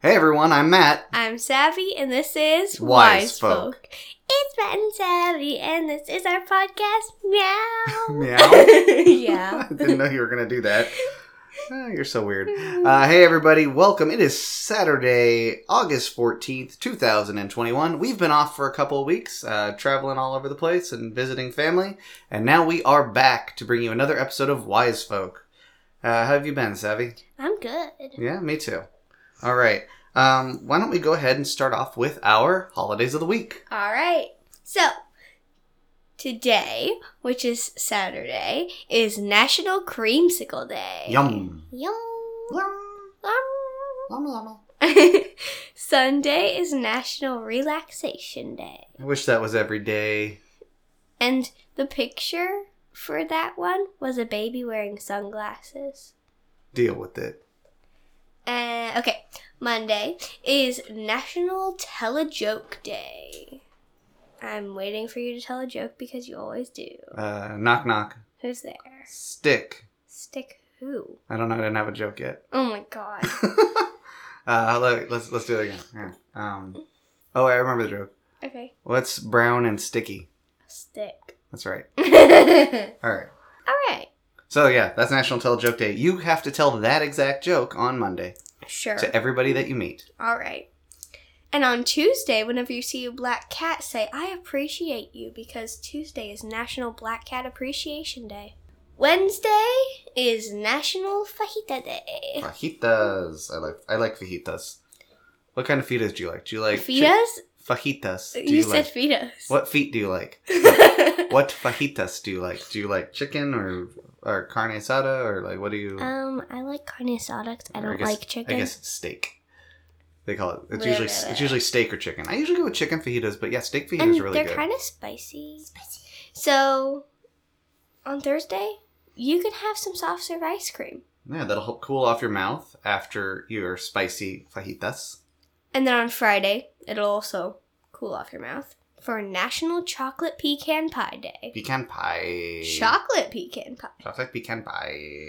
Hey everyone, I'm Matt. I'm Savvy, and this is Wise Folk. It's Matt and Savvy, and this is our podcast. Meow. Meow. yeah. I didn't know you were gonna do that. Oh, you're so weird. Uh, hey everybody, welcome. It is Saturday, August fourteenth, two thousand and twenty-one. We've been off for a couple of weeks, uh, traveling all over the place and visiting family, and now we are back to bring you another episode of Wise Folk. Uh, how have you been, Savvy? I'm good. Yeah, me too. All right. Um, why don't we go ahead and start off with our holidays of the week? All right. So, today, which is Saturday, is National Creamsicle Day. Yum. Yum. Yum. Yum. Yum, yum. Sunday is National Relaxation Day. I wish that was every day. And the picture for that one was a baby wearing sunglasses. Deal with it. Uh, okay, Monday is National Tell a Joke Day. I'm waiting for you to tell a joke because you always do. Uh, knock knock. Who's there? Stick. Stick who? I don't know. I didn't have a joke yet. Oh my god. uh, let, let's let's do it again. Yeah. Um, oh, I remember the joke. Okay, What's brown and sticky? stick. That's right. All All right. right, So yeah, that's National Tell a Joke Day. You have to tell that exact joke on Monday sure. to everybody that you meet. All right. And on Tuesday, whenever you see a black cat, say, I appreciate you because Tuesday is National Black Cat Appreciation Day. Wednesday is National Fajita Day. Fajitas. I like I like fajitas. What kind of fajitas do you like? Do you like chi- Fitas? fajitas? Do You said like, fitas. what feet do you like? what fajitas do you like? Do you like chicken or or carne asada or like what do you? um, I like carne asada. 'cause I Or don't guess- like chicken. I guess steak. They call it. It's Blah, usually blah, blah. it's usually steak or chicken. I usually go with chicken fajitas, but yeah, steak fajitas and is really they're good. kind of spicy. Spicy. So, on Thursday, you can have some soft serve ice cream. yeah, that'll help cool off your mouth after your spicy fajitas. And then on Friday, it'll also cool off your mouth for National Chocolate Pecan Pie Day. Pecan pie. Chocolate pecan pie. Chocolate pecan pie.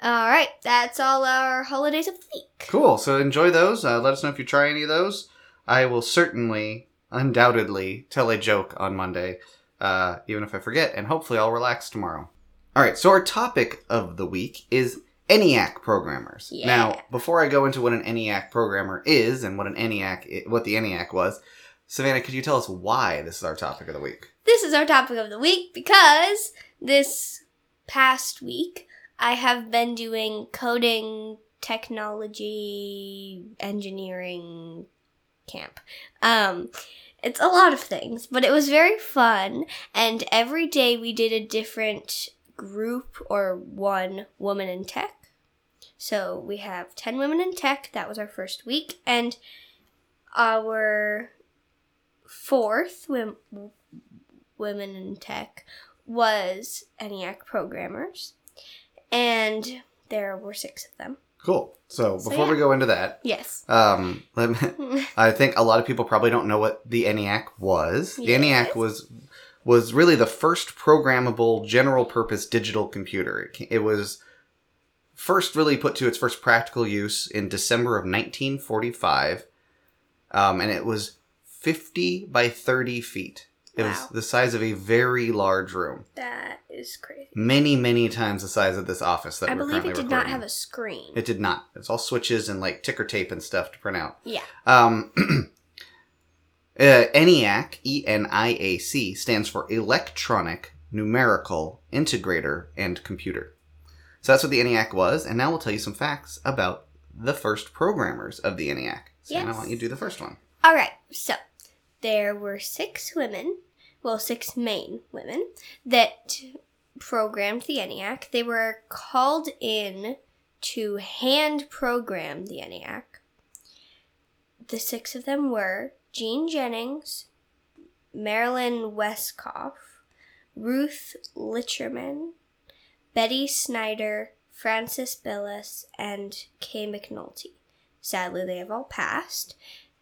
All right, that's all our holidays of the week. Cool. So enjoy those. Uh, let us know if you try any of those. I will certainly, undoubtedly, tell a joke on Monday, uh, even if I forget, and hopefully I'll relax tomorrow. All right. So our topic of the week is ENIAC programmers. Yeah. Now, before I go into what an ENIAC programmer is and what an ENIAC, i- what the ENIAC was, Savannah, could you tell us why this is our topic of the week? This is our topic of the week because this past week I have been doing coding, technology, engineering camp. Um, it's a lot of things, but it was very fun. And every day we did a different group or one woman in tech. So we have 10 women in tech. That was our first week. And our fourth wom- women in tech was ENIAC programmers, and there were six of them. Cool. So So, before we go into that, Yes. um, let me, I think a lot of people probably don't know what the ENIAC was. The Yes. ENIAC was was really the first programmable general purpose digital computer. It, ca- it was first really put to its first practical use in December of 1945, um, and it was 50 by 30 feet. It was Wow. the size of a very large room, that is crazy. many many times the size of this office that I we're believe currently it did not recording in. have a screen. It did not. It's all switches and like ticker tape and stuff to print out. Yeah. Um, uh, ENIAC, E N I A C, stands for Electronic Numerical Integrator and Computer. So that's what the ENIAC was, and now we'll tell you some facts about the first programmers of the ENIAC. So I Yes. want you to do the first one. All right, so there were six women, well, six main women that programmed the ENIAC. They were called in to hand program the ENIAC. The six of them were Jean Jennings, Marilyn Westkoff, Ruth Litcherman, Betty Snyder, Frances Billis, and Kay McNulty. Sadly, they have all passed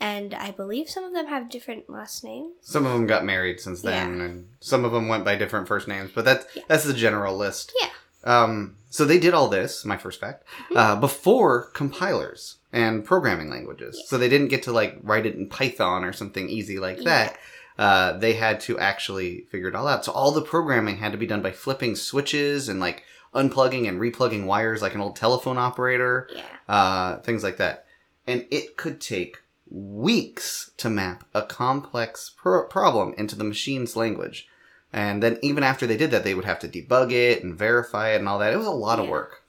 and I believe some of them have different last names. Some of them got married since then, and some of them went by different first names, but that's Yeah. that's the general list. Yeah. Um, So they did all this, my first fact, Mhm. uh, before compilers and programming languages. Yeah. So they didn't get to like write it in Python or something easy like Yeah. that. Uh, they had to actually figure it all out. So all the programming had to be done by flipping switches and like unplugging and replugging wires like an old telephone operator, Yeah. uh, things like that. And it could take weeks to map a complex pro- problem into the machine's language. And then even after they did that, they would have to debug it and verify it and all that. It was a lot of Yeah. work.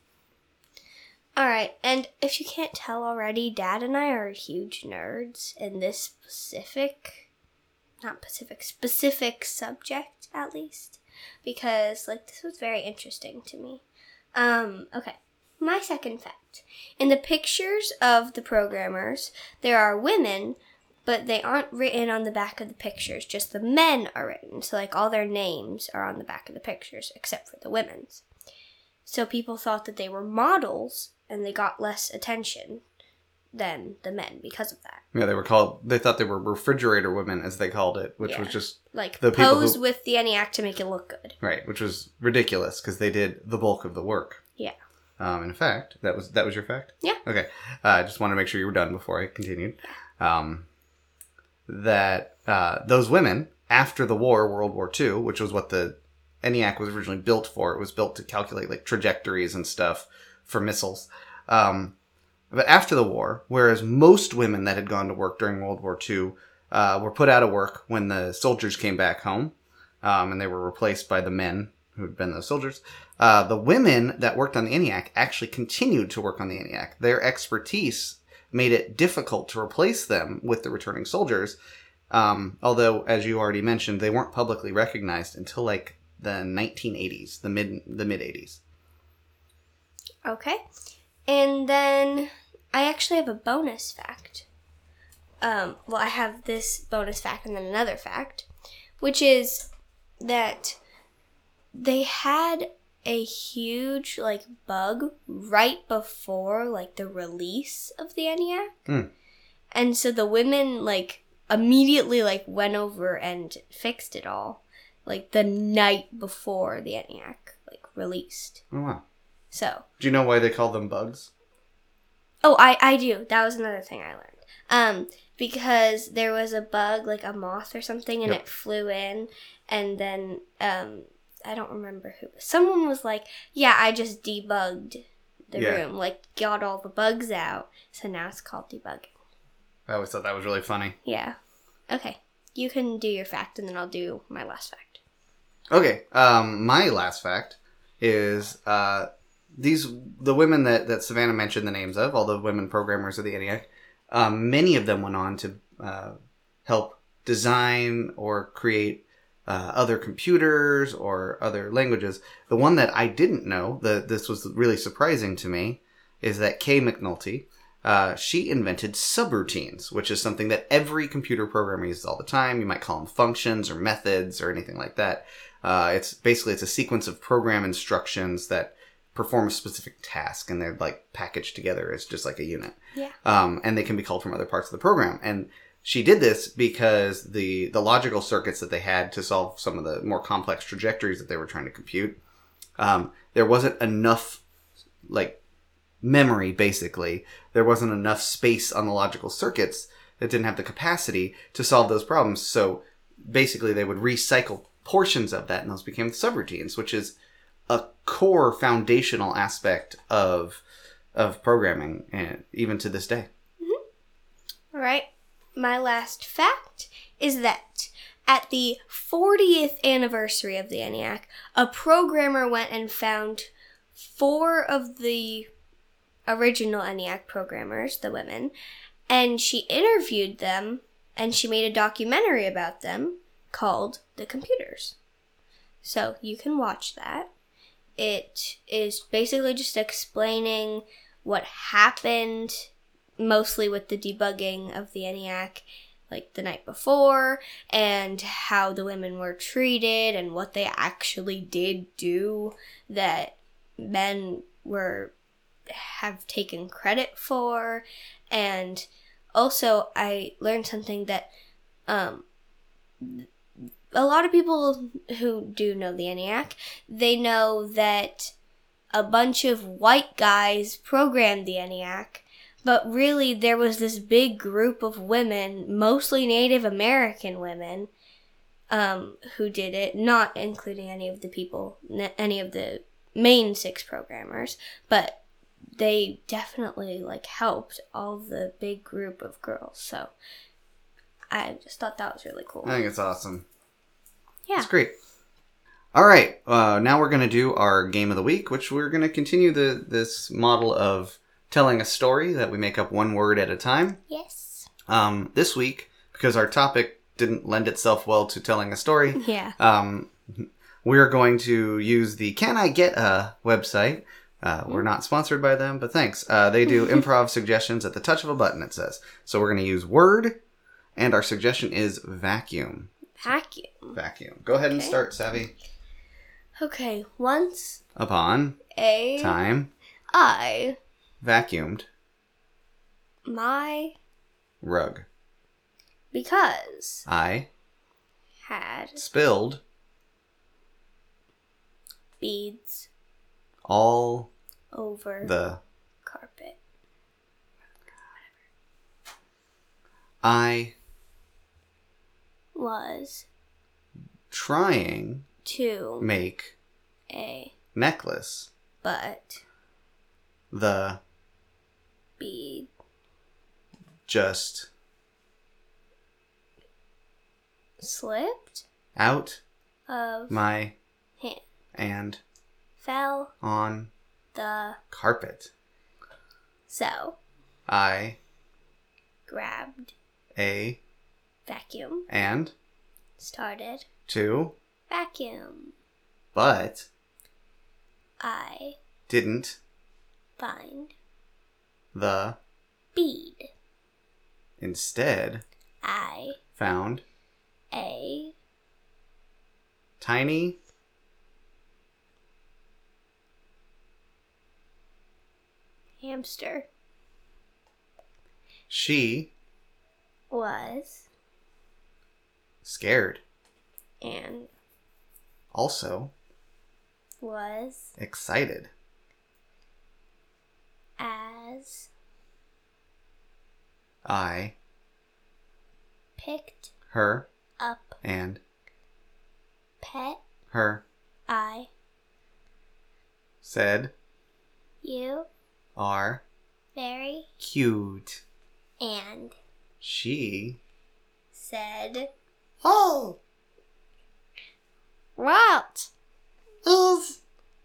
All right. And if you can't tell already, Dad and I are huge nerds in this specific, not Pacific, specific subject at least, because like this was very interesting to me. Um. Okay. My second fact: in the pictures of the programmers, there are women. But they aren't written on the back of the pictures, just the men are written. So, like, all their names are on the back of the pictures, except for the women's. So people thought that they were models and they got less attention than the men because of that. Yeah, they were called. They thought they were refrigerator women, as they called it, which was Yeah. just Like The people pose who- with the ENIAC to make it look good. right, which was ridiculous because they did the bulk of the work. Yeah. Um, in fact, that was that was your fact. Yeah. Okay. Uh, I just wanted to make sure you were done before I continued. Um, that uh, those women after the war, World War II, which was what the ENIAC was originally built for. It was built to calculate like trajectories and stuff for missiles. Um, but after the war, whereas most women that had gone to work during World War II uh, were put out of work when the soldiers came back home, um, and they were replaced by the men who had been those soldiers. Uh, the women that worked on the ENIAC actually continued to work on the ENIAC. Their expertise made it difficult to replace them with the returning soldiers. Um, although, as you already mentioned, they weren't publicly recognized until like the 1980s, the mid the mid 80s. Okay. And then I actually have a bonus fact. Um, well, I have this bonus fact and then another fact, which is that they had a huge like bug right before like the release of the ENIAC. Hmm. And so the women like immediately like went over and fixed it all like the night before the ENIAC like released. Oh wow! So, Do you know why they call them bugs? Oh, I I do. That was another thing I learned. Um, because there was a bug, like a moth or something, and Yep. it flew in, and then um, I don't remember who. Someone was like, "Yeah, I just debugged the Yeah. room, like got all the bugs out." So now it's called debugging. I always thought that was really funny. Yeah. Okay. You can do your fact, and then I'll do my last fact. Okay, um, my last fact is uh, these the women that, that Savannah mentioned the names of, all the women programmers of the ENIAC, um, many of them went on to uh, help design or create uh, other computers or other languages. The one that I didn't know, that this was really surprising to me, is that Kay McNulty. Uh, she invented subroutines, which is something that every computer programmer uses all the time. You might call them functions or methods or anything like that. Uh, it's basically it's a sequence of program instructions that perform a specific task, and they're like packaged together as just like a unit. Yeah. Um, and they can be called from other parts of the program. And she did this because the the logical circuits that they had to solve some of the more complex trajectories that they were trying to compute, um, there wasn't enough like memory. Basically, there wasn't enough space on the logical circuits that didn't have the capacity to solve those problems. So basically they would recycle portions of that and those became subroutines which is a core foundational aspect of of programming and even to this day All right. My last fact is that at the 40th anniversary of the ENIAC, a programmer went and found four of the original ENIAC programmers, the women, and she interviewed them and she made a documentary about them called The Computers. So you can watch that. It is basically just explaining what happened mostly with the debugging of the ENIAC like the night before and how the women were treated and what they actually did do that men were have taken credit for and also I learned something that um a lot of people who do know the ENIAC they know that a bunch of white guys programmed the ENIAC, but really there was this big group of women, mostly Native American women, um, who did it, not including any of the people, n- any of the main six programmers, but they definitely like helped all the big group of girls. So I just thought that was really cool. I think it's awesome. Yeah. It's great. All right. Uh, now we're going to do our game of the week, which we're going to continue the this model of telling a story that we make up one word at a time. Yes. Um, this week, because our topic didn't lend itself well to telling a story, Yeah. um, we're going to use the Can I Get a website. Uh, we're not sponsored by them, but thanks. Uh, they do improv suggestions at the touch of a button, it says. So we're going to use word, and our suggestion is vacuum. Vacuum. Vacuum. Go ahead and Okay. start, Savvy. Okay. Once Upon a I time, vacuumed my rug. because I had spilled beads all over the. carpet. I Was trying to make a necklace. but The bead just slipped out of my hand and fell on the carpet. so I grabbed a vacuum and started two, vacuum. but I didn't find the bead. instead I found a tiny hamster she was scared. and Also was excited. as I picked her up and pet her I said you are very cute. and She said oh What is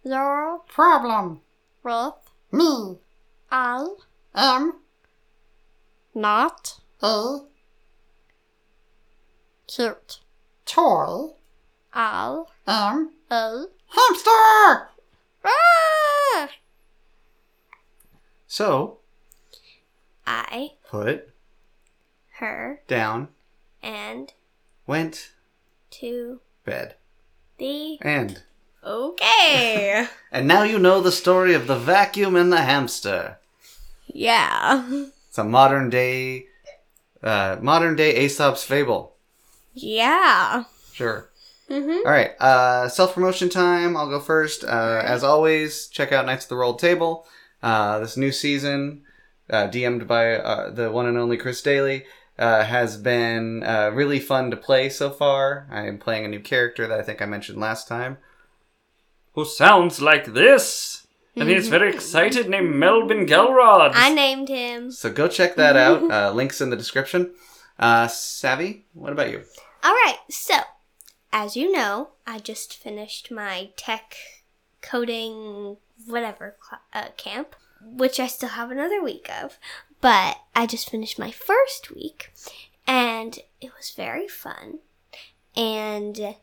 your problem with me I am not a cute. toy I am a hamster. ah! So I put her down and went to bed the and okay. and now you know the story of the vacuum and the hamster. yeah. It's a modern day, uh, modern day Aesop's fable. Yeah. Sure. Mhm. All right. Uh, Self promotion time. I'll go first. Uh, As always, check out Knights of the Rolled Table. Uh, this new season, uh, DM'd by uh, the one and only Chris Daly, uh, has been uh, really fun to play so far. I am playing a new character that I think I mentioned last time. who sounds like this. And he's very excited, named Melvin Gelrod. I named him. So go check that out. Uh, links in the description. Uh, Savvy, what about you? All right. So, as you know, I just finished my tech coding whatever cl- uh, camp, which I still have another week of. But I just finished my first week, and it was very fun. And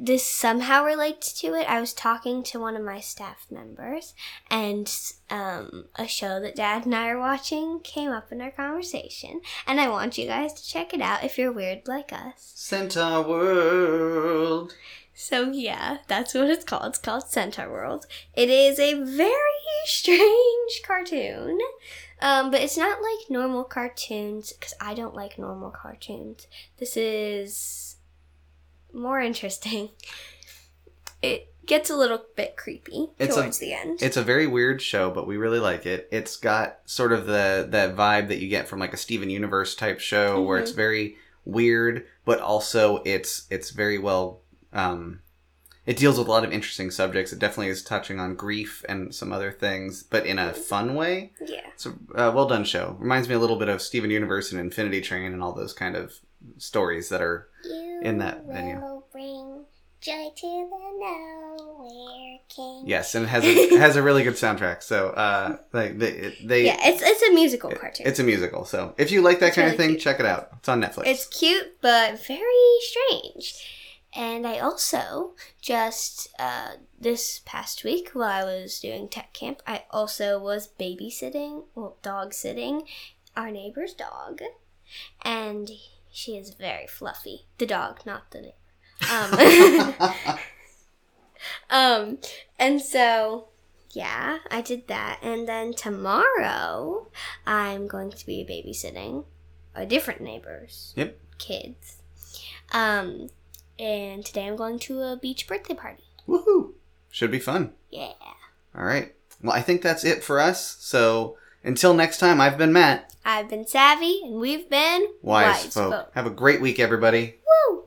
this somehow relates to it. I was talking to one of my staff members, and um, a show that Dad and I are watching came up in our conversation. And I want you guys to check it out if you're weird like us. Centaur World. So, yeah, that's what it's called. It's called Centaur World. It is a very strange cartoon. Um, but it's not like normal cartoons, because I don't like normal cartoons. This is more interesting. It Gets a little bit creepy It's a- towards the end. It's a very weird show, but we really like it. It's got sort of the that vibe that you get from like a Steven Universe type show, where it's very weird, but also it's it's very well. Um, it deals with a lot of interesting subjects. It definitely is touching on grief and some other things, but in a fun way. yeah. It's a uh, well done show. Reminds me a little bit of Steven Universe and Infinity Train and all those kind of stories that are You in that venue. will bring joy to the nowhere king. yes, and it has a, it has a really good soundtrack. So uh, like they, it- they Yeah, it's it's a musical It- cartoon. It's a musical, so if you like that It's kind of really thing, cute. check it out. It's on Netflix. It's cute, but very strange. And I also just uh, this past week while I was doing tech camp, I also was babysitting, well, dog sitting our neighbor's dog, and she is very fluffy. The dog, not the neighbor. Um, um, and so yeah, I did that, and then tomorrow I'm going to be babysitting a different neighbor's Yep. kids. Um, and today I'm going to a beach birthday party. Woohoo! Should be fun. Yeah. All right. Well, I think that's it for us. So until next time, I've been Matt. I've been Savvy, and we've been Wise, folk. Have a great week, everybody. Woo!